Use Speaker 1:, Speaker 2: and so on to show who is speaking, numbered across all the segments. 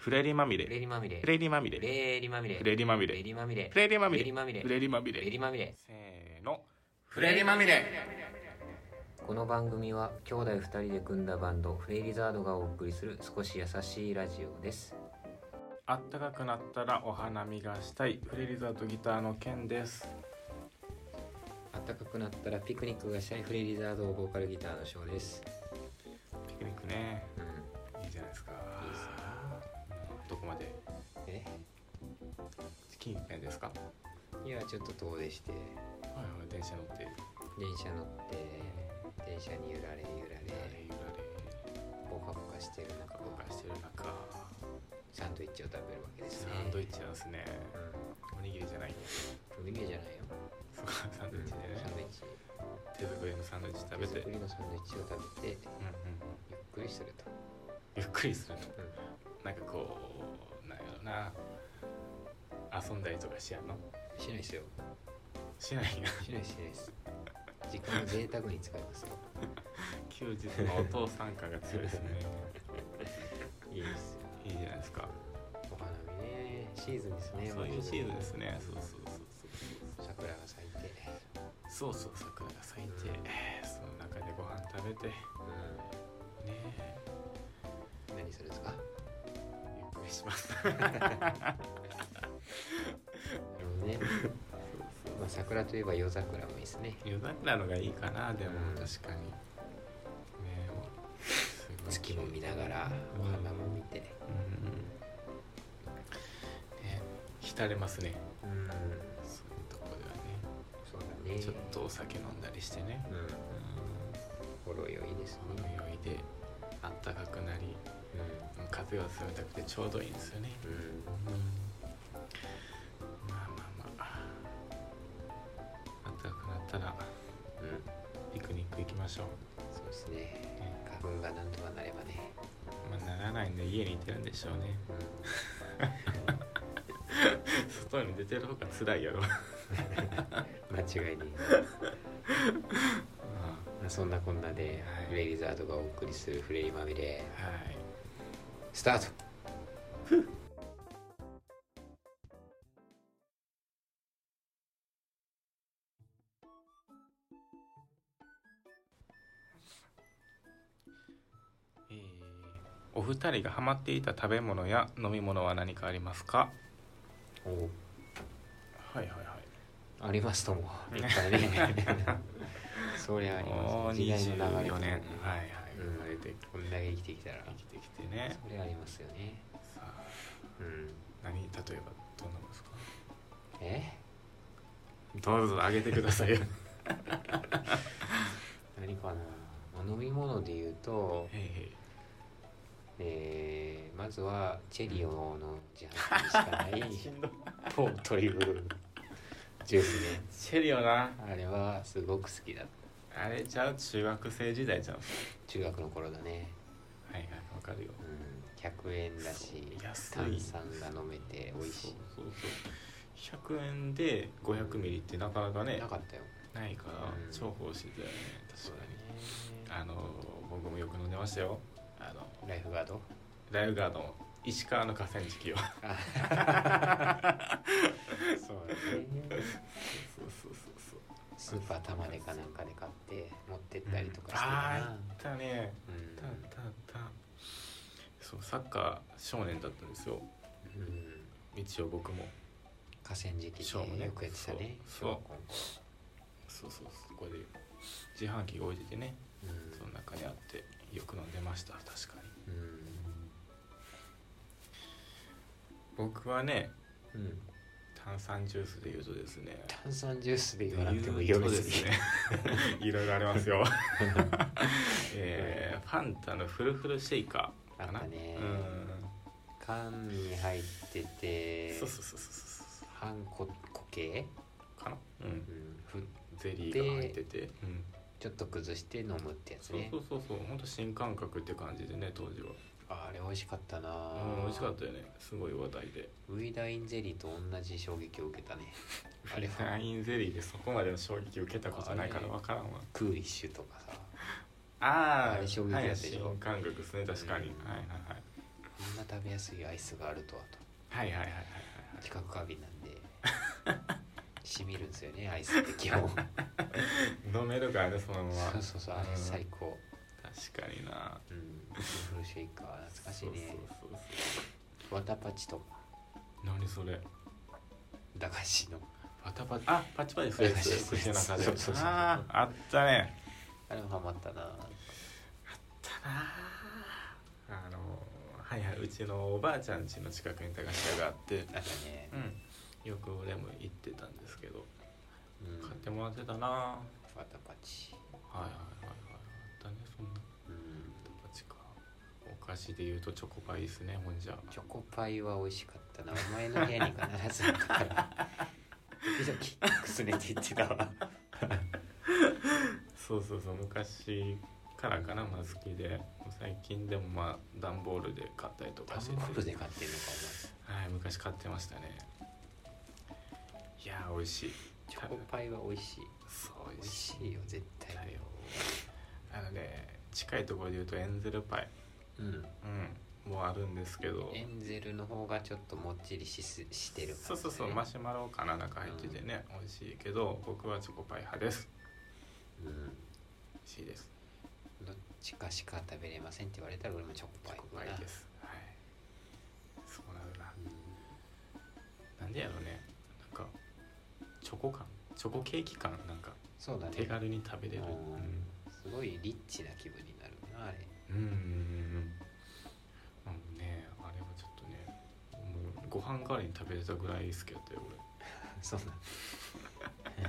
Speaker 1: フレリまみ
Speaker 2: フレ
Speaker 1: れ
Speaker 2: リまみれ
Speaker 1: フレリまみれ
Speaker 2: フレリまみれ
Speaker 1: フレリまみれ
Speaker 2: フレリまみれ
Speaker 1: フレリまみ
Speaker 2: フ
Speaker 1: れ
Speaker 2: レリまみれ
Speaker 1: フレリまみ
Speaker 2: フレリ
Speaker 1: れ
Speaker 2: まみれ
Speaker 1: せーの
Speaker 2: フレリまみれこの番組は兄弟2人で組んだバンドフレイリザードがお送りする少し優しいラジオです
Speaker 1: あったかくなったらお花見がしたいフレリザードギターのケンです
Speaker 2: 暖かくなったらピクニックがしたいフレイリザードボーカルギターのショーです、
Speaker 1: ピクニックね
Speaker 2: うん、
Speaker 1: いいじゃないですか
Speaker 2: いいですね
Speaker 1: どこまで
Speaker 2: え
Speaker 1: 近辺ですか
Speaker 2: いやちょっと遠出して
Speaker 1: はいはい電車乗って
Speaker 2: 電車乗って電車に揺られ揺ら
Speaker 1: ゆられ
Speaker 2: れ
Speaker 1: ゆら
Speaker 2: ポカポカしてる中
Speaker 1: れ動かしてる中
Speaker 2: サンドイッチを食べるわけです
Speaker 1: サ
Speaker 2: ね
Speaker 1: ンドイッチなんですねおにぎりじゃない
Speaker 2: うんおにぎりじゃないよ
Speaker 1: そうかサンドイッチでね
Speaker 2: サンドイッチ
Speaker 1: 手作りのサンドイッチ食べて
Speaker 2: 手
Speaker 1: うんうん
Speaker 2: 作りのサンドイッチを食べてゆっくりすると、
Speaker 1: ゆっくりする
Speaker 2: うん
Speaker 1: のなんかこうなんやろな遊んだりとかしやんの
Speaker 2: しないですよ
Speaker 1: しないや
Speaker 2: しないしないです時間を贅沢に使いますよ
Speaker 1: 休日のお父さん感が強いですね
Speaker 2: いいですよ
Speaker 1: いいじゃないですか
Speaker 2: お花見ねシーズンですね
Speaker 1: そういうシーズンですすねそうそうそうそう
Speaker 2: 桜が咲いて
Speaker 1: そうそう桜が咲いてその中でご飯食べてねえ
Speaker 2: うん何するんですか
Speaker 1: ゆっくりします
Speaker 2: なるほどね、まあ、桜といえば夜桜もいいですね
Speaker 1: 夜桜のがいいかなでも
Speaker 2: うん
Speaker 1: 確かにねえもうすごい
Speaker 2: 月も見ながらお花も見
Speaker 1: う
Speaker 2: て
Speaker 1: んね浸れますね
Speaker 2: うん
Speaker 1: そういうとこでは
Speaker 2: そうだ
Speaker 1: ね
Speaker 2: ね
Speaker 1: ちょっとお酒飲んだりしてね
Speaker 2: うん
Speaker 1: うん
Speaker 2: ほろ酔いです
Speaker 1: ほろ
Speaker 2: ね
Speaker 1: 酔いであったかくなり風が冷たくてちょうどいいんですよね
Speaker 2: うん、うん
Speaker 1: まあまあまああったかくなったら
Speaker 2: うん、
Speaker 1: ピクニック行きましょう
Speaker 2: そうですね
Speaker 1: ね
Speaker 2: 花粉がなんとかなればね、
Speaker 1: まあならないんで家にいてるんでしょうね
Speaker 2: うん、
Speaker 1: 外に出てる方が辛いやろ
Speaker 2: 間違いねえ
Speaker 1: は
Speaker 2: まあそんなこんなで、
Speaker 1: はい
Speaker 2: フレリザードがお送りする「フレリまみ
Speaker 1: い」
Speaker 2: れスタート
Speaker 1: えーお二人がハマっていた食べ物や飲み物は何かありますか
Speaker 2: お
Speaker 1: はいはいはい
Speaker 2: ありますともいっぱい ねそりゃあり
Speaker 1: もう
Speaker 2: ますね時代の流れ
Speaker 1: 24年はいはい
Speaker 2: うん
Speaker 1: 生まれて
Speaker 2: こんだけ生きてきたら
Speaker 1: 生きてきてね
Speaker 2: それありますよね
Speaker 1: さあ
Speaker 2: うん
Speaker 1: 何例えばどんなものですか
Speaker 2: え
Speaker 1: どうぞあげてくださいよ
Speaker 2: 何かな、まあ、飲み物で言うと、
Speaker 1: へいへい
Speaker 2: えーまずはチェリオの自販機に しか
Speaker 1: んど
Speaker 2: ないポートリブジュースね
Speaker 1: チェリオな
Speaker 2: あれはすごく好きだ
Speaker 1: あれちゃう中学生時代じゃんは
Speaker 2: 中学の頃だね
Speaker 1: いはいわかるよ
Speaker 2: うん、100円だし
Speaker 1: そう安い
Speaker 2: 炭酸が飲めて美味し
Speaker 1: そうそうそう100円で500ミリってなかなか
Speaker 2: い
Speaker 1: ね
Speaker 2: なかったよ
Speaker 1: ないから
Speaker 2: うん
Speaker 1: 重宝してたよね確かに
Speaker 2: あ
Speaker 1: あの僕もよく飲んでましたよあの
Speaker 2: ライフガ ード
Speaker 1: ライフガードの石川の河川敷を
Speaker 2: そうだね
Speaker 1: そうそうそうそう
Speaker 2: スーパー玉でかなんかで買って持ってったりとかしてた
Speaker 1: ああ
Speaker 2: な
Speaker 1: 行ったね
Speaker 2: うん
Speaker 1: たたたそうサッカー少年だったんですよ
Speaker 2: うん
Speaker 1: 一応僕も
Speaker 2: 河川
Speaker 1: ショーも
Speaker 2: 敷
Speaker 1: ね
Speaker 2: でよくやってたね
Speaker 1: そう
Speaker 2: 小学校の頃
Speaker 1: そうそうそうここで自販機が置いててね
Speaker 2: うん
Speaker 1: その中にあってよく飲んでました確かに僕はね
Speaker 2: うんうん
Speaker 1: 炭酸ジュースで言うとですね
Speaker 2: 炭酸ジュースで言わなくてもいいよ
Speaker 1: 言うと
Speaker 2: 別
Speaker 1: です
Speaker 2: に
Speaker 1: ねいろいろありますよえーファンタのフルフルシェイカーかな
Speaker 2: あったね
Speaker 1: うん
Speaker 2: 缶に入ってて
Speaker 1: そうそうそうそうそう
Speaker 2: 半固形、
Speaker 1: かなうん
Speaker 2: うん、ふ
Speaker 1: ゼリーが入ってて、うん、
Speaker 2: ちょっと崩して飲むってやつ
Speaker 1: そう
Speaker 2: ね
Speaker 1: そうそうそうほんと新感覚って感じでね当時は
Speaker 2: あれ美味しかったな
Speaker 1: うん美味しかったよねすごい話題で
Speaker 2: ウイダインゼリーと同じ衝撃を 受けたねあれ
Speaker 1: フラ
Speaker 2: は
Speaker 1: インゼリーでそこまでの衝撃を受けたことないから分からんわ
Speaker 2: クーリッシュとかさ
Speaker 1: あ
Speaker 2: あ
Speaker 1: あ
Speaker 2: れ衝撃だったでしょ
Speaker 1: 新感覚ですね確かに、
Speaker 2: うん
Speaker 1: はいはいはい
Speaker 2: んな食べやすいアイスがあるとは
Speaker 1: はいはいはいはい
Speaker 2: と知覚過敏なん でしみるんですよねアイスって 基本
Speaker 1: はい飲めるからねそのまま
Speaker 2: そうそうそうあれ最高
Speaker 1: 確かにな
Speaker 2: うんフルシェイカー懐かしいね
Speaker 1: そうそうそう
Speaker 2: わたパチとか
Speaker 1: 何それ
Speaker 2: 駄菓子の
Speaker 1: パタパタあパチパチするや つ
Speaker 2: パチパチ
Speaker 1: 口の中で
Speaker 2: そうそうそう
Speaker 1: あーあったね
Speaker 2: あれもハマったな
Speaker 1: あのはいはいうちのおばあちゃん家の近くに駄菓子屋があって
Speaker 2: なんかね、
Speaker 1: うんよく俺も行ってたんですけど
Speaker 2: うん、
Speaker 1: 買ってもらってたなは
Speaker 2: わたパチ
Speaker 1: いはいはいはいあったねそんな
Speaker 2: うん
Speaker 1: パタパチかお菓子で言うとチョコパイですねほんじゃ
Speaker 2: チョコパイは美味しかったなお前の部屋に必ずあったから時々くすねていってたわ
Speaker 1: そうそうそう昔からかなまあ好きで最近でもまあ段ボールで買ったりと
Speaker 2: タ
Speaker 1: か
Speaker 2: ン
Speaker 1: して
Speaker 2: ボール
Speaker 1: て
Speaker 2: で買ってるのか
Speaker 1: はい昔買ってましたねいやー美味しい
Speaker 2: お前チョコパイは美味しい
Speaker 1: そう
Speaker 2: 美
Speaker 1: 美
Speaker 2: 味
Speaker 1: 味
Speaker 2: し
Speaker 1: し
Speaker 2: いよ絶
Speaker 1: いだ
Speaker 2: 対
Speaker 1: よあのね近いところで言うとエンゼルパイ
Speaker 2: うん
Speaker 1: うんもうあるんですけど
Speaker 2: エンゼルの方がちょっともっちりしすしてる
Speaker 1: そうそうそうマシュマロかな中入っててね、美味しいけど僕はチョコパイ派です
Speaker 2: うん
Speaker 1: 美味しいです
Speaker 2: どっちかしか食べれませんって言われたら俺もチョコ
Speaker 1: チ
Speaker 2: パ
Speaker 1: ョ
Speaker 2: イ
Speaker 1: コ
Speaker 2: か
Speaker 1: パ
Speaker 2: な
Speaker 1: イですはいそうなるな
Speaker 2: う
Speaker 1: なんでやろうねなんかチョコ感チョコケーキ感なんか
Speaker 2: んそうだ
Speaker 1: 手
Speaker 2: ね
Speaker 1: 軽に食べれる
Speaker 2: すごいリッチな気分になるなあれ
Speaker 1: うんうんうんうんうんねあれはちょっとねもうご飯代わりに食べれたぐらい好きやったよ 俺
Speaker 2: そうだ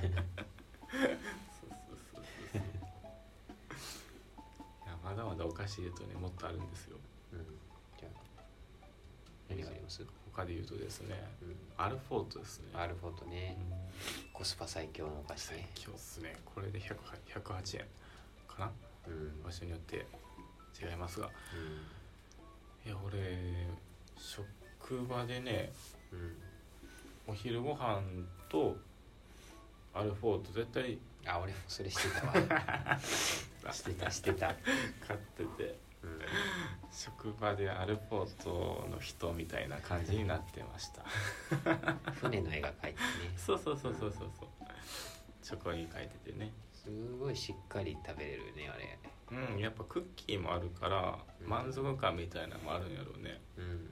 Speaker 1: そうそうそうそういやまだまだお菓子で言うとねもっとあるんですよ
Speaker 2: うんじゃあ何があります
Speaker 1: 他で言うとですね
Speaker 2: うん
Speaker 1: アルフォートですね
Speaker 2: アルフォート
Speaker 1: う
Speaker 2: ね
Speaker 1: ん
Speaker 2: コスパ最強のお菓子
Speaker 1: 最
Speaker 2: ね
Speaker 1: 強っすねこれで100 108円かな
Speaker 2: うんうん
Speaker 1: 場所によって違いますがいや俺職場でね
Speaker 2: うん
Speaker 1: お昼ご飯とアルフォート絶対
Speaker 2: あ俺もそれしてた わしてたしてた
Speaker 1: 買ってて
Speaker 2: うん
Speaker 1: 職場でアルフォートの人みたいな感じになってま した
Speaker 2: 船の絵が描いてね
Speaker 1: そうそうそうそうそうそう。チョコに書いててね。
Speaker 2: すごいしっかり食べれるねあれ
Speaker 1: うん、やっぱクッキーもあるから
Speaker 2: うん
Speaker 1: 満足感みたいなのもあるんやろうね。
Speaker 2: うん
Speaker 1: うん。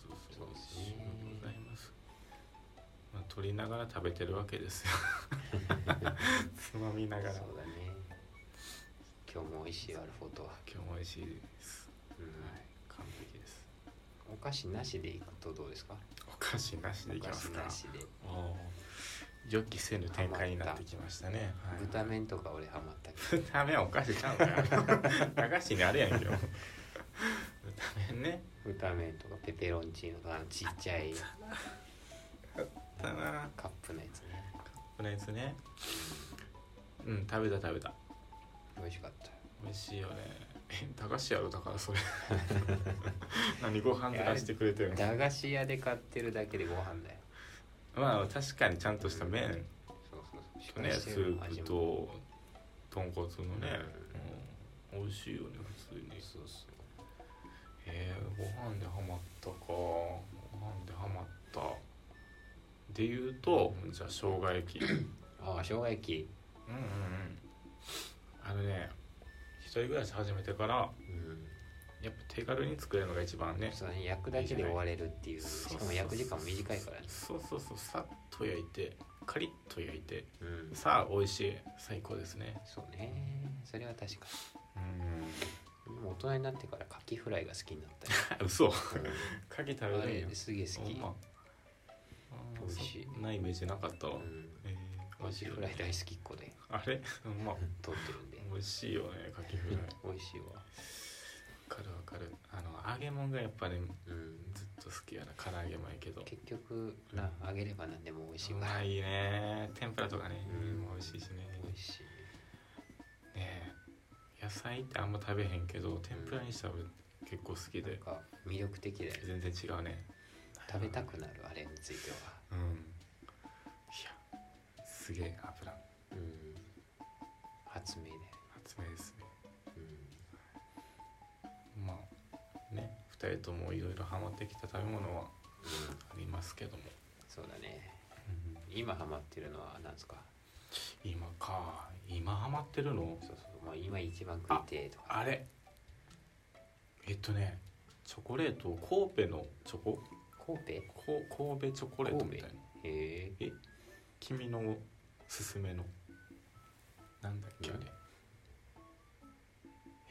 Speaker 1: そうそうそう。
Speaker 2: そ
Speaker 1: 美
Speaker 2: うで
Speaker 1: 味
Speaker 2: す
Speaker 1: し
Speaker 2: ね
Speaker 1: ゅうございます。まあ、取りながら食べてるわけですよ。つまみな
Speaker 2: そう
Speaker 1: がら。今
Speaker 2: だね今日も美味しいアルフォートは、
Speaker 1: 日も美味しいです。
Speaker 2: うん
Speaker 1: はい、完璧です。
Speaker 2: お菓子なしで行くとどうですか
Speaker 1: お菓子なしで
Speaker 2: お
Speaker 1: いき
Speaker 2: 菓
Speaker 1: ま
Speaker 2: 子
Speaker 1: すか
Speaker 2: な。しで
Speaker 1: おおー。予期せぬ展開になってきましたね。はい
Speaker 2: 豚麺とか俺ハマったけ ど
Speaker 1: 豚麺お菓子ちゃうんかよ駄菓子にあるやんけよ豚麺ね
Speaker 2: 豚麺とかペペロンチーノとかあのちっちゃい
Speaker 1: だな
Speaker 2: カップのやつね
Speaker 1: このやつねうん食べた食べた
Speaker 2: 美味しかった
Speaker 1: 美味しいよねえ駄菓子やろだからそれ 何ご飯出してくれてるの
Speaker 2: 駄菓子屋で買ってるだけでご飯だよ
Speaker 1: まあ確かにちゃんとした麺
Speaker 2: そうそうそうしっ
Speaker 1: と
Speaker 2: か
Speaker 1: ね
Speaker 2: り
Speaker 1: ス
Speaker 2: してる
Speaker 1: ープ
Speaker 2: 味も
Speaker 1: と豚骨のね、うん、美味しいよね普通に
Speaker 2: そうそう
Speaker 1: えー、ご飯でハマったかご飯でハマったで言うとじゃあ生姜 焼きうんうんうん
Speaker 2: ああ生姜焼き
Speaker 1: あのね一人暮らし始めてから
Speaker 2: うん
Speaker 1: やっぱ手軽に作れるのが一番ね
Speaker 2: そうね焼くだけで終われるっていう
Speaker 1: そう
Speaker 2: し
Speaker 1: そう
Speaker 2: か
Speaker 1: そう
Speaker 2: も焼く時間も短いからね
Speaker 1: そうそうそうさっと焼いてカリッと焼いて
Speaker 2: うん
Speaker 1: さあ美味しい最高ですね
Speaker 2: そうねそれは確か
Speaker 1: うん
Speaker 2: にでも大人になってからカキフライが好きになったよ
Speaker 1: 嘘かき食べ
Speaker 2: あ
Speaker 1: る
Speaker 2: れ
Speaker 1: んや
Speaker 2: すげえ好
Speaker 1: ほ
Speaker 2: き
Speaker 1: ん、まあー
Speaker 2: 美味しい
Speaker 1: そんなイメージなかったわ、
Speaker 2: うん、
Speaker 1: えー
Speaker 2: カキフライ大好きっ子で
Speaker 1: あれほんま
Speaker 2: 通ってるんで
Speaker 1: 美味しいよねカキフライわ
Speaker 2: 美味しいわ
Speaker 1: かるわかるあの揚げ物がやっぱね
Speaker 2: うん
Speaker 1: ずっと好きやな唐揚げもやけど
Speaker 2: 結局な揚げれば何でも美味しいうから
Speaker 1: まいね天ぷらとかね、
Speaker 2: うん
Speaker 1: 美味しいしね
Speaker 2: 美味しい
Speaker 1: ねえ野菜ってあんま食べへんけど天ぷらにしたら俺結構好き
Speaker 2: なん
Speaker 1: で
Speaker 2: か魅力的だよね
Speaker 1: 全然違うね
Speaker 2: 食べたくなるあれについては
Speaker 1: うんいやすげえ油
Speaker 2: うん発明だよ、
Speaker 1: 発明ですね
Speaker 2: うん
Speaker 1: まあね2人ともいろいろハマってきた食べ物はありますけども、
Speaker 2: そうだね今ハマってるのは何ですか
Speaker 1: 今か今ハマってるの
Speaker 2: そうそうまあ今一番食いてえとか
Speaker 1: あれえっとねチョコレート神戸のチョコ
Speaker 2: 神戸へ
Speaker 1: こ神戸チョコレートみたいな
Speaker 2: え
Speaker 1: 君のすすめのなんだっけあれ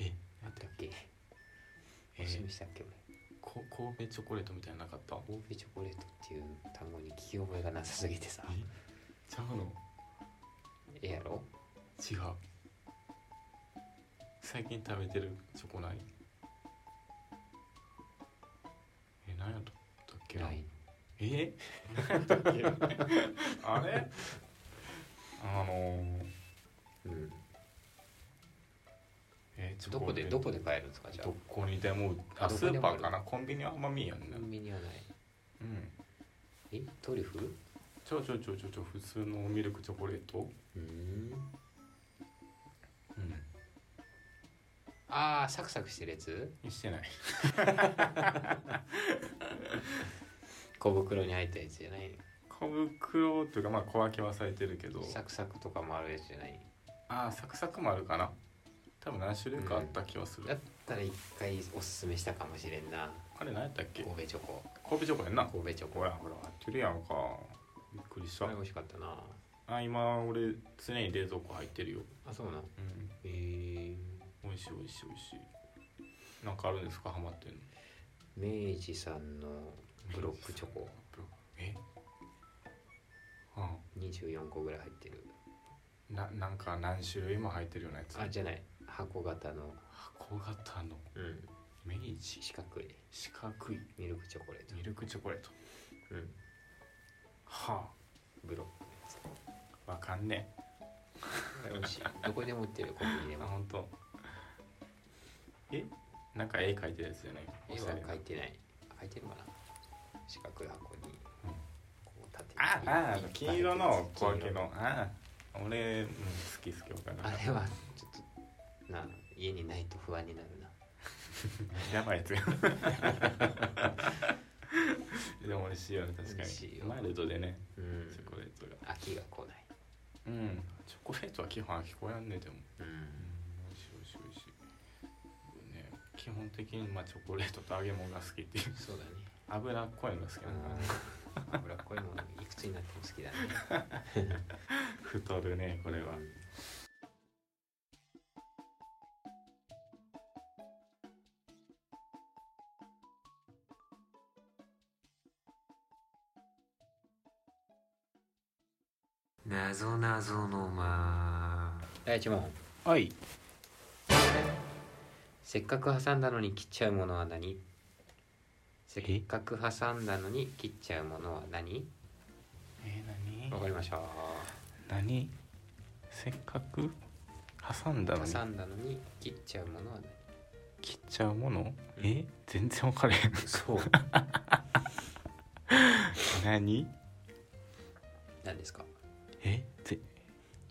Speaker 1: え
Speaker 2: あったっけ
Speaker 1: え
Speaker 2: お
Speaker 1: ー
Speaker 2: しめしたっけ俺
Speaker 1: こ神戸チョコレートみたいなのなかった
Speaker 2: 神戸チョコレートっていう単語に聞き覚えがなさすぎてさ
Speaker 1: えちゃうの
Speaker 2: ええやろ
Speaker 1: 違う最近食べてるチョコないえ何やったっけ
Speaker 2: ない
Speaker 1: え何やったっけ あれあのー、
Speaker 2: うん
Speaker 1: えーチョ
Speaker 2: ど
Speaker 1: コ
Speaker 2: こ
Speaker 1: レ
Speaker 2: で
Speaker 1: ー
Speaker 2: ど
Speaker 1: ト
Speaker 2: こで買えるんですかじゃあ
Speaker 1: どこにでもあ
Speaker 2: ど
Speaker 1: ス
Speaker 2: こで
Speaker 1: ー
Speaker 2: も
Speaker 1: パ
Speaker 2: ある
Speaker 1: ーかなコンビニはあんま見えんね
Speaker 2: コンビニはない
Speaker 1: うん
Speaker 2: えトリュフ
Speaker 1: ちょちょちょちょちょ普通のミルクチョコレート
Speaker 2: うん
Speaker 1: うん
Speaker 2: ああサクサクしてるやつ
Speaker 1: してない
Speaker 2: 小袋に入ったやつじゃない
Speaker 1: 小袋というかまあ小分けはされてるけど
Speaker 2: サクサクとかもあるやつじゃない
Speaker 1: あーサクサクもあるかな多分何種類かあった気はする、
Speaker 2: だったら一回おすすめしたかもしれんな
Speaker 1: あれ何やったっけ
Speaker 2: 神戸チョコ
Speaker 1: 神戸チョコやんな
Speaker 2: 神戸チョコ
Speaker 1: ほらほら合ってるやんかびっくりし
Speaker 2: あ
Speaker 1: た
Speaker 2: れ美味しかったな
Speaker 1: あ今俺常に冷蔵庫入ってるよ
Speaker 2: あそうなん
Speaker 1: うん
Speaker 2: えー、
Speaker 1: 美味しい美味しい美味しいなんかあるんですかハマってるの
Speaker 2: 明治さんのブロックチョコ
Speaker 1: えう
Speaker 2: 24個ぐらい入ってる
Speaker 1: んななんか何種類も入ってるようなやつ
Speaker 2: あじゃない箱型の、
Speaker 1: 箱型の
Speaker 2: うん、
Speaker 1: 明治
Speaker 2: 四角い
Speaker 1: 四角い
Speaker 2: ミルクチョコレート
Speaker 1: ミルクチョコレート、
Speaker 2: うん、
Speaker 1: は
Speaker 2: ブロックのやつ
Speaker 1: あわかんね
Speaker 2: これ美味しいどこでも売ってるよコンビニ
Speaker 1: え
Speaker 2: で
Speaker 1: あ
Speaker 2: も
Speaker 1: 本当。えなんか絵描いてるやつじゃない
Speaker 2: 絵
Speaker 1: おしゃ
Speaker 2: は
Speaker 1: れな
Speaker 2: 描いてない描いてるかな四角い箱にこう立てて
Speaker 1: あああの金色の小分け
Speaker 2: 黄
Speaker 1: のああ俺、うん、好き好きわかる
Speaker 2: あれはちょっとな家にないと不安になるな
Speaker 1: やばいやつや でも美味しいよね確
Speaker 2: 美
Speaker 1: か
Speaker 2: 味しい
Speaker 1: に
Speaker 2: よ
Speaker 1: マイルドでね
Speaker 2: うん
Speaker 1: チョコレートが
Speaker 2: 飽きが来ない
Speaker 1: うんチョコレートは基本飽きこやんねでも
Speaker 2: うん
Speaker 1: 美味しい美味しい美味しいね基本的にまあチョコレートと揚げ物が好きっていう
Speaker 2: そうだね
Speaker 1: 脂っこいのが好きなのかな
Speaker 2: うん 脂っこいものいくつになっても好きだね
Speaker 1: 太るねこれは
Speaker 3: なぞなぞのま
Speaker 2: 第一問
Speaker 1: はい
Speaker 2: せっかく挟んだのに切っちゃうものは何せっかく挟んだのに切っちゃうものは何
Speaker 1: えー、
Speaker 2: わかりました
Speaker 1: 何何せっかく挟んだのに
Speaker 2: 挟んだのに切っちゃうものは何
Speaker 1: 切っちゃうものえ全然分かれ へん
Speaker 2: そう
Speaker 1: 何
Speaker 2: 何ですか
Speaker 1: えぜ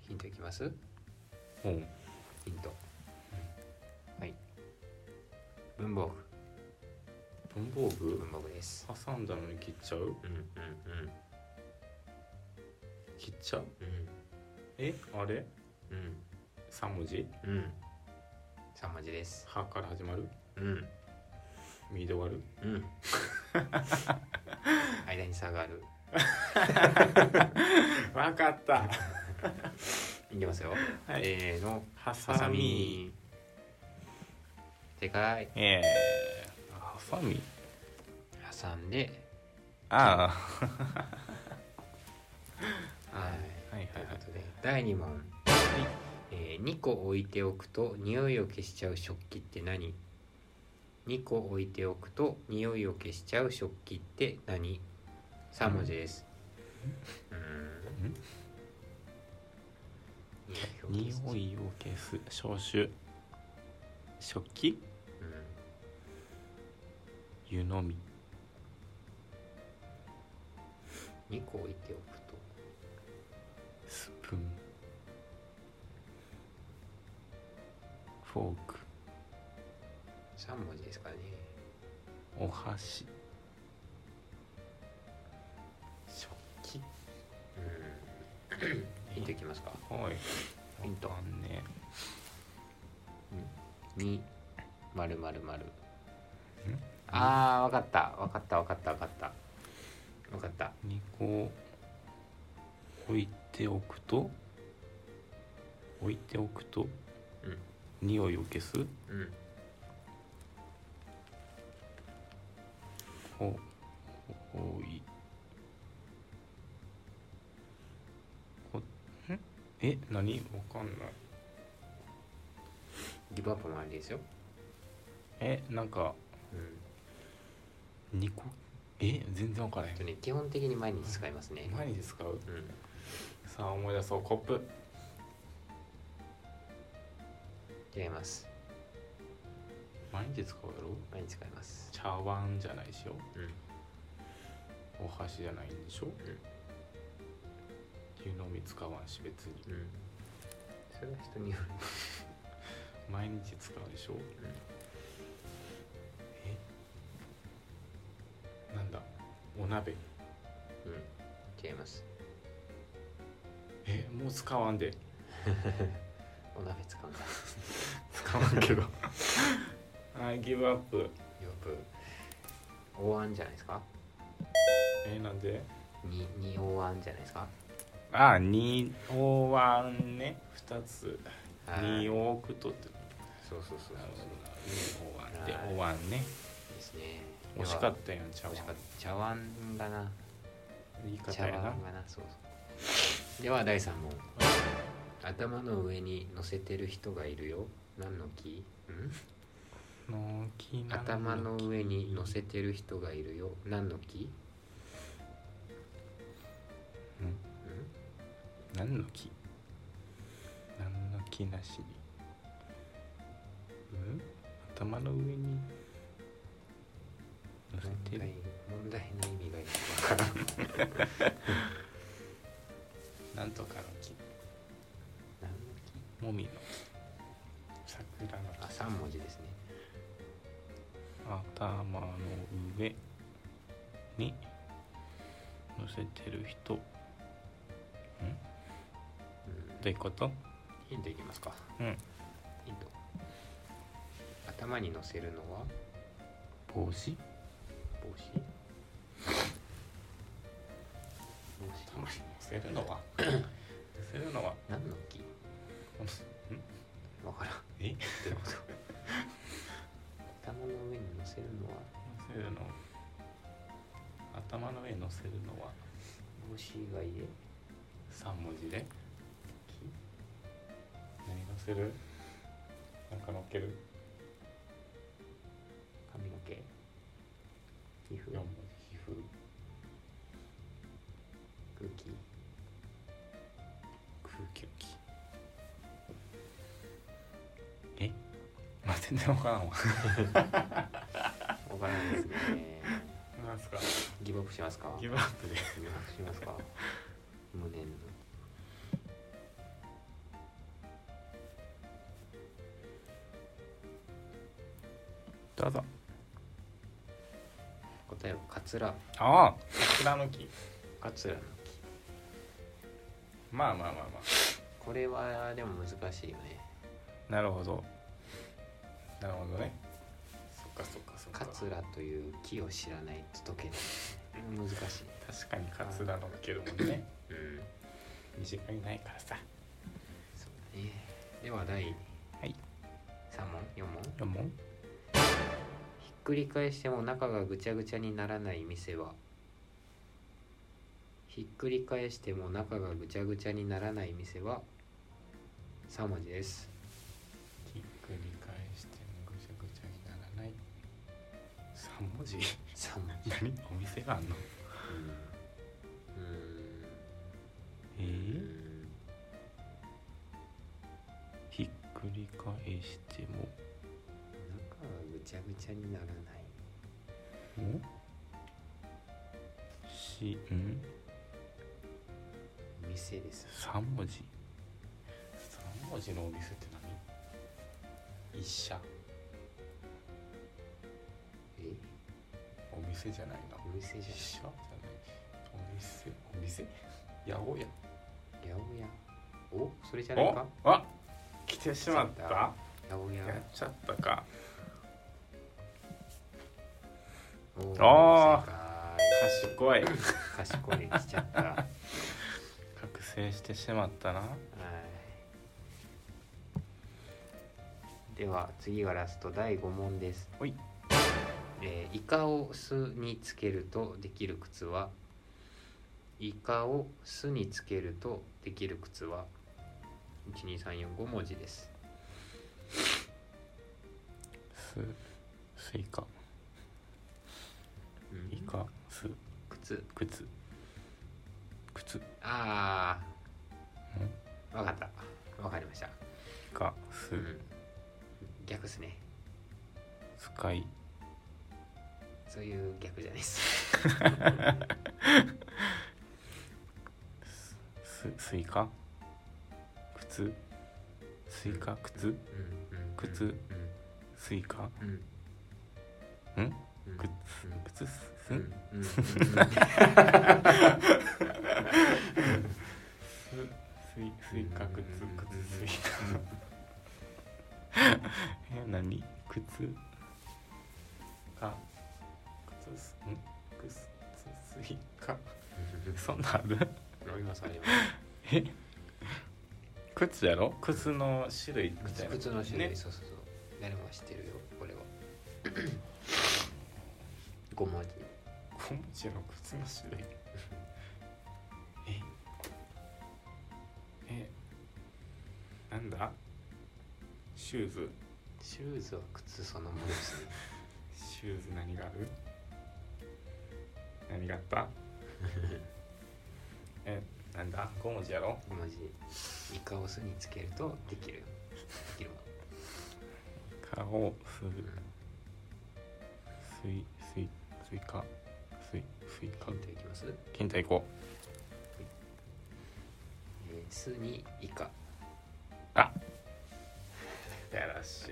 Speaker 2: ヒントいきます
Speaker 1: うん
Speaker 2: ヒントはい文房
Speaker 1: 文房
Speaker 2: 具
Speaker 1: 具
Speaker 2: 文房具です
Speaker 1: 挟んだのに切っちゃう
Speaker 2: うんうん
Speaker 1: 切っちゃう
Speaker 2: うん
Speaker 1: えあれ
Speaker 2: うん
Speaker 1: 3文字
Speaker 2: うんうん3文字です
Speaker 1: 歯から始まる
Speaker 2: うん
Speaker 1: ミで終わる
Speaker 2: うん 間に差がある
Speaker 1: 分かった
Speaker 2: いきますよ、
Speaker 1: はい
Speaker 2: せーの
Speaker 1: ハ
Speaker 2: ハサミでかい
Speaker 1: えー、ハサミ
Speaker 2: 挟んで
Speaker 1: ああ
Speaker 2: は
Speaker 1: はい
Speaker 2: い
Speaker 1: は
Speaker 2: と
Speaker 1: いいうは
Speaker 2: こ
Speaker 1: い
Speaker 2: とで第2問、えー、2個置いておくと匂いを消しちゃう食器って何2個置いておくと匂いを消しちゃう食器って何3文字ですうーん匂いを消す
Speaker 1: 匂いを消す消臭食器
Speaker 2: うん
Speaker 1: 湯飲み
Speaker 2: 2個置いておくと
Speaker 1: スプーンフォーク
Speaker 2: 3文字ですかね
Speaker 1: お箸食器
Speaker 2: うんヒントいきますか
Speaker 1: はい
Speaker 2: ヒント
Speaker 1: わかんね
Speaker 2: にまるまるまるあーわかったわかったわかったわかったわかった
Speaker 1: 2個置いておくと置いておくと、匂いを消す
Speaker 2: うん
Speaker 1: ほほいこんえ何わかんない
Speaker 2: ギブアップもありですよ、
Speaker 1: えなんか
Speaker 2: うん、
Speaker 1: 2個え全然わからへ
Speaker 2: え
Speaker 1: ん
Speaker 2: っとね基本的に毎日使いますね
Speaker 1: 何に使う
Speaker 2: うん
Speaker 1: さあ思い出そうコップ
Speaker 2: 違います
Speaker 1: 毎日使うやろ
Speaker 2: 毎日使います
Speaker 1: 茶碗じゃないでしょ
Speaker 2: うん
Speaker 1: お箸じゃないんでしょ、湯飲み使わんし別に
Speaker 2: うんそれは人による
Speaker 1: 毎日使うでしょ、えなんだお鍋
Speaker 2: うん違います
Speaker 1: えもう使わんで
Speaker 2: お鍋使うんだ
Speaker 1: 使わんけどはいギブアップ
Speaker 2: よく大あんじゃないですか
Speaker 1: えなんで
Speaker 2: にに大あんじゃないですか
Speaker 1: あ二おわんね二つ
Speaker 2: はい
Speaker 1: 二を置くとって
Speaker 2: そうそうそうそう
Speaker 1: なるほ
Speaker 2: そ
Speaker 1: どな二おわん
Speaker 2: は
Speaker 1: で
Speaker 2: い
Speaker 1: おわんね
Speaker 2: うですね
Speaker 1: 惜しかったやん茶碗
Speaker 2: では惜しかった茶碗だな
Speaker 1: 言い
Speaker 2: 茶
Speaker 1: 方
Speaker 2: 碗
Speaker 1: やな
Speaker 2: がなそうそうでは第3問頭の上に乗せてる人がいるよ何の木ん
Speaker 1: のきな
Speaker 2: 頭の上に乗せてる人がいるよ何の木
Speaker 1: うん何の木何の木なしにうん頭の上に乗
Speaker 2: 問
Speaker 1: せて
Speaker 2: 題
Speaker 1: る
Speaker 2: 問題の意味がよくわからん
Speaker 1: なんとかの木
Speaker 2: 何
Speaker 1: も
Speaker 2: の
Speaker 1: みの木桜の
Speaker 2: 木あ
Speaker 1: 木
Speaker 2: 三文字ですね
Speaker 1: 頭の上に乗せてる人んど
Speaker 2: うん
Speaker 1: ういうこと
Speaker 2: ヒントいきますか
Speaker 1: うん
Speaker 2: ヒント頭に乗せるのは
Speaker 1: 帽子
Speaker 2: 帽子
Speaker 1: 頭に乗
Speaker 2: 帽子
Speaker 1: せるのは乗せるのは
Speaker 2: 何の木
Speaker 1: ん
Speaker 2: わ からん
Speaker 1: え
Speaker 2: どういうこと頭の上に乗せるのは
Speaker 1: 乗せるの頭の上に乗せるのは
Speaker 2: 帽子以外で
Speaker 1: 三文字で
Speaker 2: 木
Speaker 1: 何乗せるなんか乗っける
Speaker 2: 髪の毛皮膚
Speaker 1: 四文字皮膚
Speaker 2: 空気
Speaker 1: 空気の気え待って全然わからんわ
Speaker 2: わからないですね
Speaker 1: なんすか
Speaker 2: ギブアップしますか
Speaker 1: ギブアップで
Speaker 2: ギブアップしますか無念の
Speaker 1: どうぞ
Speaker 2: 答えはカツラ
Speaker 1: ああ桜の木
Speaker 2: カツラの木
Speaker 1: まあまあまあま
Speaker 2: これはでも難しいよね
Speaker 1: あなるほどなるほどねそっかそっかそっ
Speaker 2: カ
Speaker 1: か
Speaker 2: ツラという木を知らないと解け ない難しい
Speaker 1: 確かにカツラのっけるもんね
Speaker 2: うん
Speaker 1: 身近にないからさ
Speaker 2: そうだねでは第
Speaker 1: はい
Speaker 2: 3問4問
Speaker 1: 4問
Speaker 2: ひっくり返しても中がぐちゃぐちゃにならない店はひっくり返しても中がぐちゃぐちゃにならない店は3文字です
Speaker 1: ひっくり返してもぐちゃぐちゃにならない三文字
Speaker 2: 3文字
Speaker 1: 何お店があんのえ
Speaker 2: うんう
Speaker 1: ー
Speaker 2: ん
Speaker 1: ひっくり返しても
Speaker 2: 中がぐちゃぐちゃにならない
Speaker 1: しん
Speaker 2: 店です
Speaker 1: 三文字三文字のお店って何一社
Speaker 2: え
Speaker 1: 店じゃないな
Speaker 2: お店じ
Speaker 1: 一社じ
Speaker 2: ゃ
Speaker 1: ゃないお店
Speaker 2: ないお店
Speaker 1: 八百屋
Speaker 2: 八百屋おそれじゃないか
Speaker 1: おあ来てしまった
Speaker 2: 来ちゃ八百
Speaker 1: やっ
Speaker 2: 屋
Speaker 1: ちゃったか
Speaker 2: おー
Speaker 1: あ
Speaker 2: 正
Speaker 1: 賢い
Speaker 2: 解賢い来ちゃったは
Speaker 1: 覚醒してしまったない
Speaker 2: では次がラスト第5問です
Speaker 1: ほい
Speaker 2: えーイカを巣につけるとできる靴はイカを巣につけるとできる靴は12345文字です
Speaker 1: すスイカ
Speaker 2: うん
Speaker 1: イカす
Speaker 2: 靴
Speaker 1: 靴靴イ
Speaker 2: ああわかったわかりました、
Speaker 1: カす
Speaker 2: うん、逆っすね
Speaker 1: スカイ
Speaker 2: そういう逆じゃないです
Speaker 1: すスイカ靴スイカ靴
Speaker 2: うんうんうん
Speaker 1: 靴
Speaker 2: うん
Speaker 1: スイカ
Speaker 2: うん
Speaker 1: ん
Speaker 2: うん
Speaker 1: 靴
Speaker 2: うん
Speaker 1: 靴す
Speaker 2: うんんうん
Speaker 1: すすいスイカ靴靴スイカえ何靴か靴すん靴スイカそんなんある
Speaker 2: ありますありま
Speaker 1: え靴やろ靴の種類みたい
Speaker 2: す
Speaker 1: な
Speaker 2: 靴の種類、
Speaker 1: ね
Speaker 2: そうそうそう誰も知ってるよこれは5文字
Speaker 1: 小文字の靴の種類ええなんだシューズ
Speaker 2: シューズは靴そのものですね
Speaker 1: シューズ何がある何があった えなんだ5文字やろ
Speaker 2: 5文字イカを巣につけるとできるよできるもの
Speaker 1: 顔すすいすいすいかすいすいか
Speaker 2: ヒントいきます、
Speaker 1: 健太行こ
Speaker 2: えー、巣にイカ
Speaker 1: うやらしい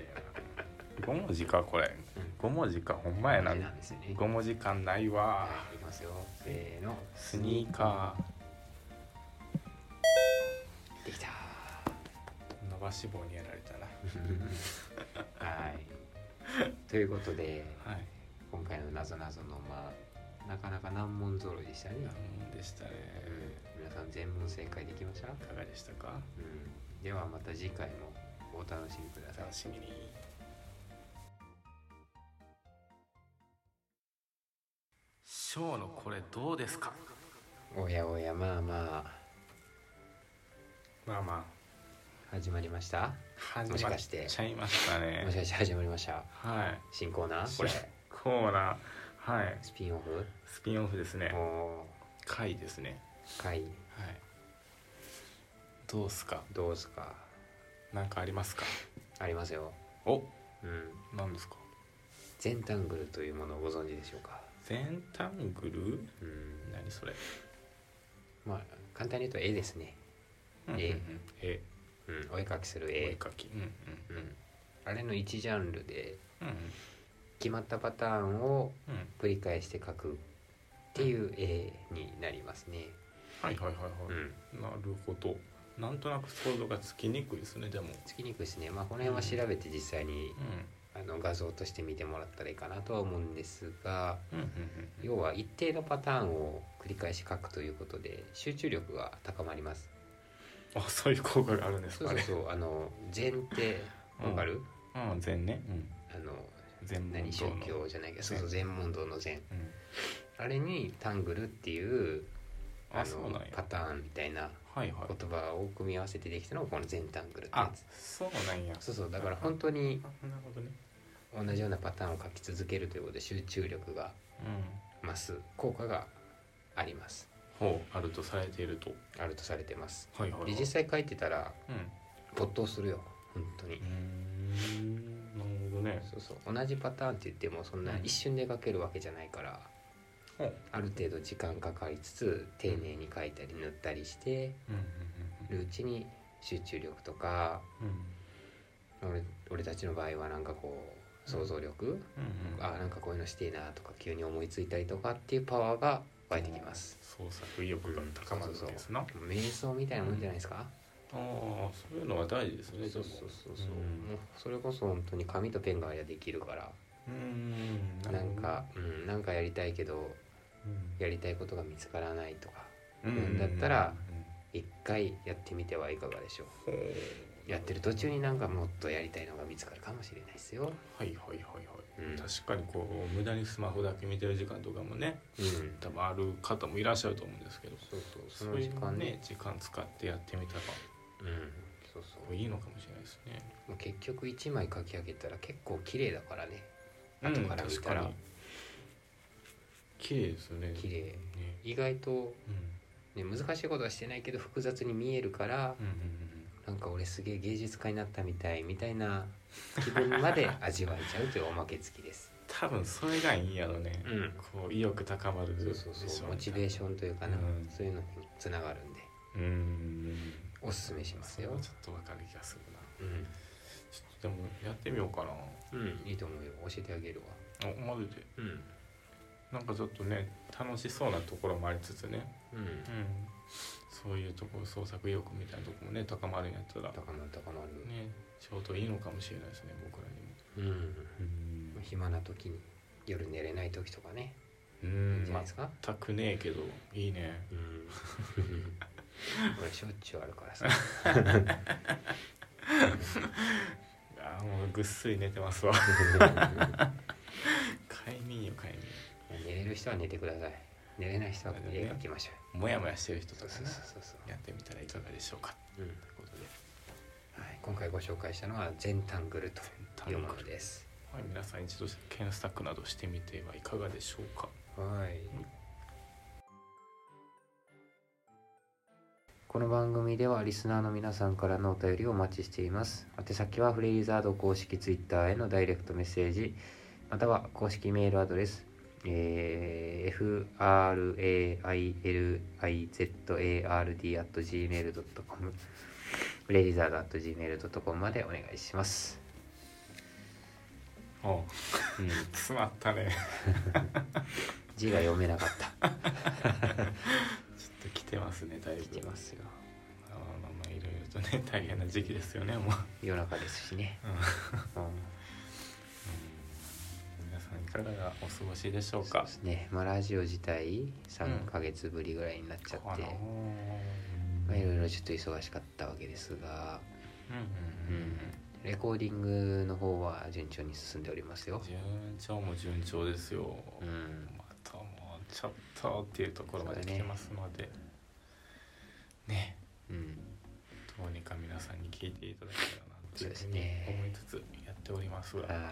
Speaker 1: な5文字かこれ5文字かほんまやな
Speaker 2: 文字なんですよね
Speaker 1: 5文字間ないわ
Speaker 2: はいいきますよせーの
Speaker 1: スニーカ
Speaker 2: できた
Speaker 1: ー伸ばし棒にやられたな
Speaker 2: はいということで
Speaker 1: はい
Speaker 2: 今回のなぞなぞのまあなかなか難問揃いでしたね、
Speaker 1: 何でしたね
Speaker 2: うん、皆さん全問正解できました、
Speaker 1: いかがでしたか
Speaker 2: うん、ではまた次回もお楽しみくだ
Speaker 1: お
Speaker 2: さい
Speaker 1: 楽しみにショーのこれどうですか
Speaker 2: おやおやまあまあ
Speaker 1: まあま
Speaker 2: 始まりました
Speaker 1: あ始
Speaker 2: もし
Speaker 1: ま
Speaker 2: か
Speaker 1: っ
Speaker 2: して
Speaker 1: ちゃいました
Speaker 2: もし
Speaker 1: ね
Speaker 2: かして始まりました
Speaker 1: はい
Speaker 2: 新コーナーこれ
Speaker 1: 新コーナーはい
Speaker 2: スピンオフ
Speaker 1: スピンオフですね
Speaker 2: も
Speaker 1: 回ですね
Speaker 2: う
Speaker 1: は
Speaker 2: 回
Speaker 1: いどうすか
Speaker 2: どうすか
Speaker 1: なんかありますか
Speaker 2: ありますよ
Speaker 1: お
Speaker 2: うん
Speaker 1: なんですか
Speaker 2: 全タングルというものをご存知でしょうか
Speaker 1: 全タングル
Speaker 2: うん
Speaker 1: 何それ
Speaker 2: まあ簡単に言うと絵ですねえ
Speaker 1: え
Speaker 2: うんお絵描きする
Speaker 1: お絵
Speaker 2: 絵
Speaker 1: 描きうん
Speaker 2: う
Speaker 1: うん
Speaker 2: んあれの一ジャンルで
Speaker 1: うん
Speaker 2: 決まったパターンを
Speaker 1: うんうん
Speaker 2: 繰り返して描くっていう絵になりますね
Speaker 1: はいはいはいはい
Speaker 2: うん
Speaker 1: なるほどなんとなく想像がつきにくいですねでも
Speaker 2: つきにくいですねまあこの辺は調べて実際にあの画像として見てもらったらいいかなとは思うんですが
Speaker 1: うんうんうん
Speaker 2: 要は一定のパターンを繰り返し書くということで集中力が高まります
Speaker 1: あそういう効果があるんです
Speaker 2: そう
Speaker 1: か
Speaker 2: そう
Speaker 1: ね
Speaker 2: そうあの前提
Speaker 1: うん
Speaker 2: わかる、
Speaker 1: うん禅ね
Speaker 2: あの
Speaker 1: うん禅
Speaker 2: 何
Speaker 1: 問
Speaker 2: 宗
Speaker 1: 答の
Speaker 2: 教じゃないけどそうそう
Speaker 1: 禅
Speaker 2: 禅問答の禅
Speaker 1: うん
Speaker 2: あれにタングルっていう
Speaker 1: あ
Speaker 2: あ
Speaker 1: そう
Speaker 2: の
Speaker 1: なんや
Speaker 2: パターンみたいな
Speaker 1: はいはい
Speaker 2: 言葉を組み合わせてできたのがこの全タングルって
Speaker 1: あ
Speaker 2: やつ
Speaker 1: そうなんや
Speaker 2: そうそうだから本当に
Speaker 1: あなるほどね
Speaker 2: 同じようなパターンを書き続けるということで集中力が
Speaker 1: うん
Speaker 2: 増す効果があります
Speaker 1: ほうあるとされていると
Speaker 2: あるとされてます
Speaker 1: はいはいは
Speaker 2: で
Speaker 1: い
Speaker 2: 実際書いてたら
Speaker 1: うん
Speaker 2: 没頭するよ本当に
Speaker 1: うーんなるほどね
Speaker 2: そうそう同じパターンって言ってもそんな
Speaker 1: うん
Speaker 2: 一瞬で書けるわけじゃないから、
Speaker 1: ほう
Speaker 2: ある程度時間かかりつつ丁寧に書いたり塗ったりして
Speaker 1: うん
Speaker 2: るうちに集中力とか
Speaker 1: うんうんうん
Speaker 2: 俺俺たちの場合はなんかこう想像力
Speaker 1: うんうん
Speaker 2: あなんかこういうのしてえなとか急に思いついたりとかっていうパワーが湧いてきます
Speaker 1: 創作意欲が高まるんですな、
Speaker 2: 瞑想みたいなもんじゃないですか、
Speaker 1: ああそういうのは大事ですね
Speaker 2: そう
Speaker 1: でも
Speaker 2: そうそうそう、
Speaker 1: うん
Speaker 2: もうそれこそ本当に紙とペンがあればできるから
Speaker 1: うんる
Speaker 2: な
Speaker 1: ほど
Speaker 2: んか、うん、なんかやりたいけど
Speaker 1: うん
Speaker 2: やりたいことが見つからないとか
Speaker 1: うん
Speaker 2: だったら一回やってみてはいかがでしょ
Speaker 1: うんうん
Speaker 2: うやってる途中になんかもっとやりたいのが見つかるかもしれないですよ、
Speaker 1: はいはいはいはい、
Speaker 2: うん
Speaker 1: 確かにこう無駄にスマホだけ見てる時間とかもね
Speaker 2: うん、
Speaker 1: 多分ある方もいらっしゃると思うんですけど
Speaker 2: そうそうそ
Speaker 1: そ
Speaker 2: の
Speaker 1: うい
Speaker 2: 時
Speaker 1: う
Speaker 2: 間
Speaker 1: ね時間使ってやってみたら
Speaker 2: うんそう
Speaker 1: こ
Speaker 2: そう
Speaker 1: れいいのかもしれないですね
Speaker 2: もう結局一枚書き上げたら結構綺麗だからね
Speaker 1: うん
Speaker 2: 後から見
Speaker 1: 確
Speaker 2: た
Speaker 1: からに綺麗ですね
Speaker 2: 綺麗
Speaker 1: ね
Speaker 2: 意外と、
Speaker 1: うん
Speaker 2: ね、難しいことはしてないけど複雑に見えるから
Speaker 1: うんうん
Speaker 2: なんか俺すげえ芸術家になったみたいみたいな気分まで味わえちゃうというおまけ付きです。
Speaker 1: 多分それがいいんやろね、
Speaker 2: うん、
Speaker 1: こう意欲高まる
Speaker 2: そうそうそうモチベーションというかな、
Speaker 1: うん
Speaker 2: そういうのにつながるんで
Speaker 1: ョンうん
Speaker 2: おすすめします
Speaker 1: それ
Speaker 2: よ
Speaker 1: は。ちょっとわかる気がするな
Speaker 2: うん、
Speaker 1: ちょっとでもやってみようかな
Speaker 2: うん、いいと思うよ教えてあげるわ。
Speaker 1: おマジで
Speaker 2: うん、
Speaker 1: なんかちょっとね楽しそうなところもありつつね、
Speaker 2: うん
Speaker 1: う、ん、そういうところ創作意欲みたいなとこもね高まるんやったらね
Speaker 2: 高まる高まる。
Speaker 1: ちょうどいいのかもしれないですね僕らにも
Speaker 2: うん、
Speaker 1: うん
Speaker 2: 暇な時に夜寝れない時とかね、いいんじゃないですか。
Speaker 1: 全くねえけどいいね
Speaker 2: うん 俺しょっちゅうあるからさ。
Speaker 1: あーもうぐっすり寝てますわ 快眠よ快眠
Speaker 2: 寝れる人は寝てください。寝れない人は絵描きましょう。
Speaker 1: もやもやしてる人
Speaker 2: そ
Speaker 1: と
Speaker 2: う
Speaker 1: か
Speaker 2: そうそうそう。
Speaker 1: やってみたらいかがでしょうか
Speaker 2: うん
Speaker 1: ということで
Speaker 2: はい、今回ご紹介したのは「全タングル」と
Speaker 1: タン
Speaker 2: いう
Speaker 1: グル
Speaker 2: ものです。
Speaker 1: はい、皆さん一度検索などしてみてはいかがでしょうか。
Speaker 2: はい、この番組ではリスナーの皆さんからのお便りをお待ちしています。宛先はフレイザード公式 Twitter へのダイレクトメッセージまたは公式メールアドレス、えー frailizard.gmail.com フレイザード .gmail.com までお願いします。
Speaker 1: おう、うん、詰まったね。
Speaker 2: 字が読めなかった。
Speaker 1: ちょっと来てますね、だいぶ。
Speaker 2: 来てますよ
Speaker 1: あーまあまあいろいろ とね、大変な時期ですよね、もう。
Speaker 2: 夜中ですしね、
Speaker 1: うん
Speaker 2: うん
Speaker 1: 皆さんいかがお過ごしでしょう
Speaker 2: そう
Speaker 1: か
Speaker 2: で。すねまあラジオ自体3ヶ月ぶりぐらいになっちゃって、
Speaker 1: あのー
Speaker 2: まあ、いろいろちょっと忙しかったわけですが、
Speaker 1: うん
Speaker 2: う
Speaker 1: うん
Speaker 2: ん、レコーディングの方は順調に進んでおります
Speaker 1: う
Speaker 2: よ
Speaker 1: ん。、順調も順調ですよ。
Speaker 2: うん、
Speaker 1: またもうちょっとっていうところまで来てますので、ね、
Speaker 2: うん、
Speaker 1: どうにか皆さんに聞いていただけたらなって
Speaker 2: そう
Speaker 1: いうふうに
Speaker 2: ですね
Speaker 1: 思いつつやっておりますが。
Speaker 2: はい、
Speaker 1: うん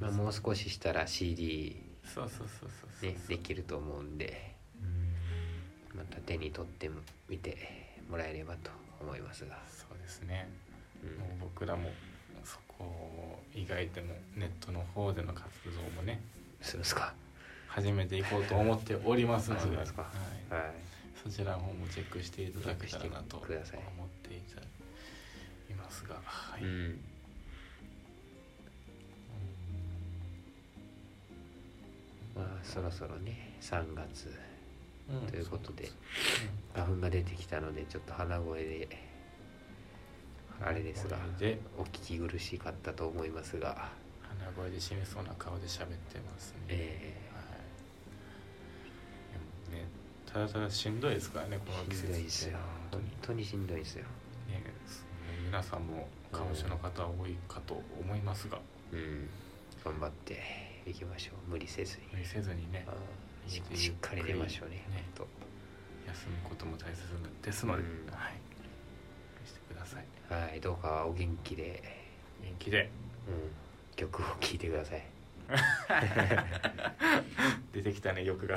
Speaker 2: まあ、もう少ししたら CD
Speaker 1: そうそうそうそうそう
Speaker 2: ねできると思うんでまた手に取ってみてもらえればと思いますが、
Speaker 1: そうですね、
Speaker 2: う
Speaker 1: も
Speaker 2: ん、
Speaker 1: う僕らもそこ以外でもネットの方での活動もね
Speaker 2: するんですか
Speaker 1: 始めていこうと思っておりますの
Speaker 2: あそう
Speaker 1: で
Speaker 2: ですか
Speaker 1: はい、
Speaker 2: は
Speaker 1: そちらの方もチェックしていただけたらなと
Speaker 2: チェックして
Speaker 1: 思っ
Speaker 2: ください
Speaker 1: ていたいますが、はい
Speaker 2: い、うんまあそろそろね3月
Speaker 1: うん
Speaker 2: ということで
Speaker 1: そう
Speaker 2: 花粉が出てきたのでちょっと鼻声であれですが
Speaker 1: 鼻声で
Speaker 2: お聞き苦しかったと思いますが、
Speaker 1: そう鼻声で死にそうな顔で喋ってますね、
Speaker 2: え
Speaker 1: はい、でもねただただしんどいですからねこの
Speaker 2: ー、
Speaker 1: 季
Speaker 2: し
Speaker 1: 節
Speaker 2: んどいですよ
Speaker 1: 本当
Speaker 2: 本
Speaker 1: に
Speaker 2: 当にしんどいですよ、
Speaker 1: ねその皆さんも花粉症の方多いかと思いますが
Speaker 2: うん、頑張っていきましょう無理せずに
Speaker 1: 無理せずにね
Speaker 2: あー
Speaker 1: ゆ
Speaker 2: し
Speaker 1: っくり
Speaker 2: しっかり出ましょうね
Speaker 1: ね
Speaker 2: ほん
Speaker 1: 休むことも大切ですので、
Speaker 2: うん
Speaker 1: はいしてください
Speaker 2: とはいどうかお元気で、
Speaker 1: 元気 で
Speaker 2: うん、曲を聴いてください
Speaker 1: 出てきたね欲が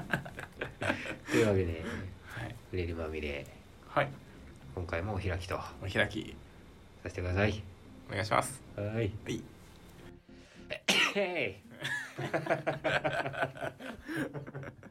Speaker 2: というわけで
Speaker 1: はい、
Speaker 2: 「フレリまみれ
Speaker 1: はい、」
Speaker 2: 今回もお開きとさ
Speaker 1: お開き
Speaker 2: せてください
Speaker 1: お願いします
Speaker 2: はい
Speaker 1: はい
Speaker 2: へい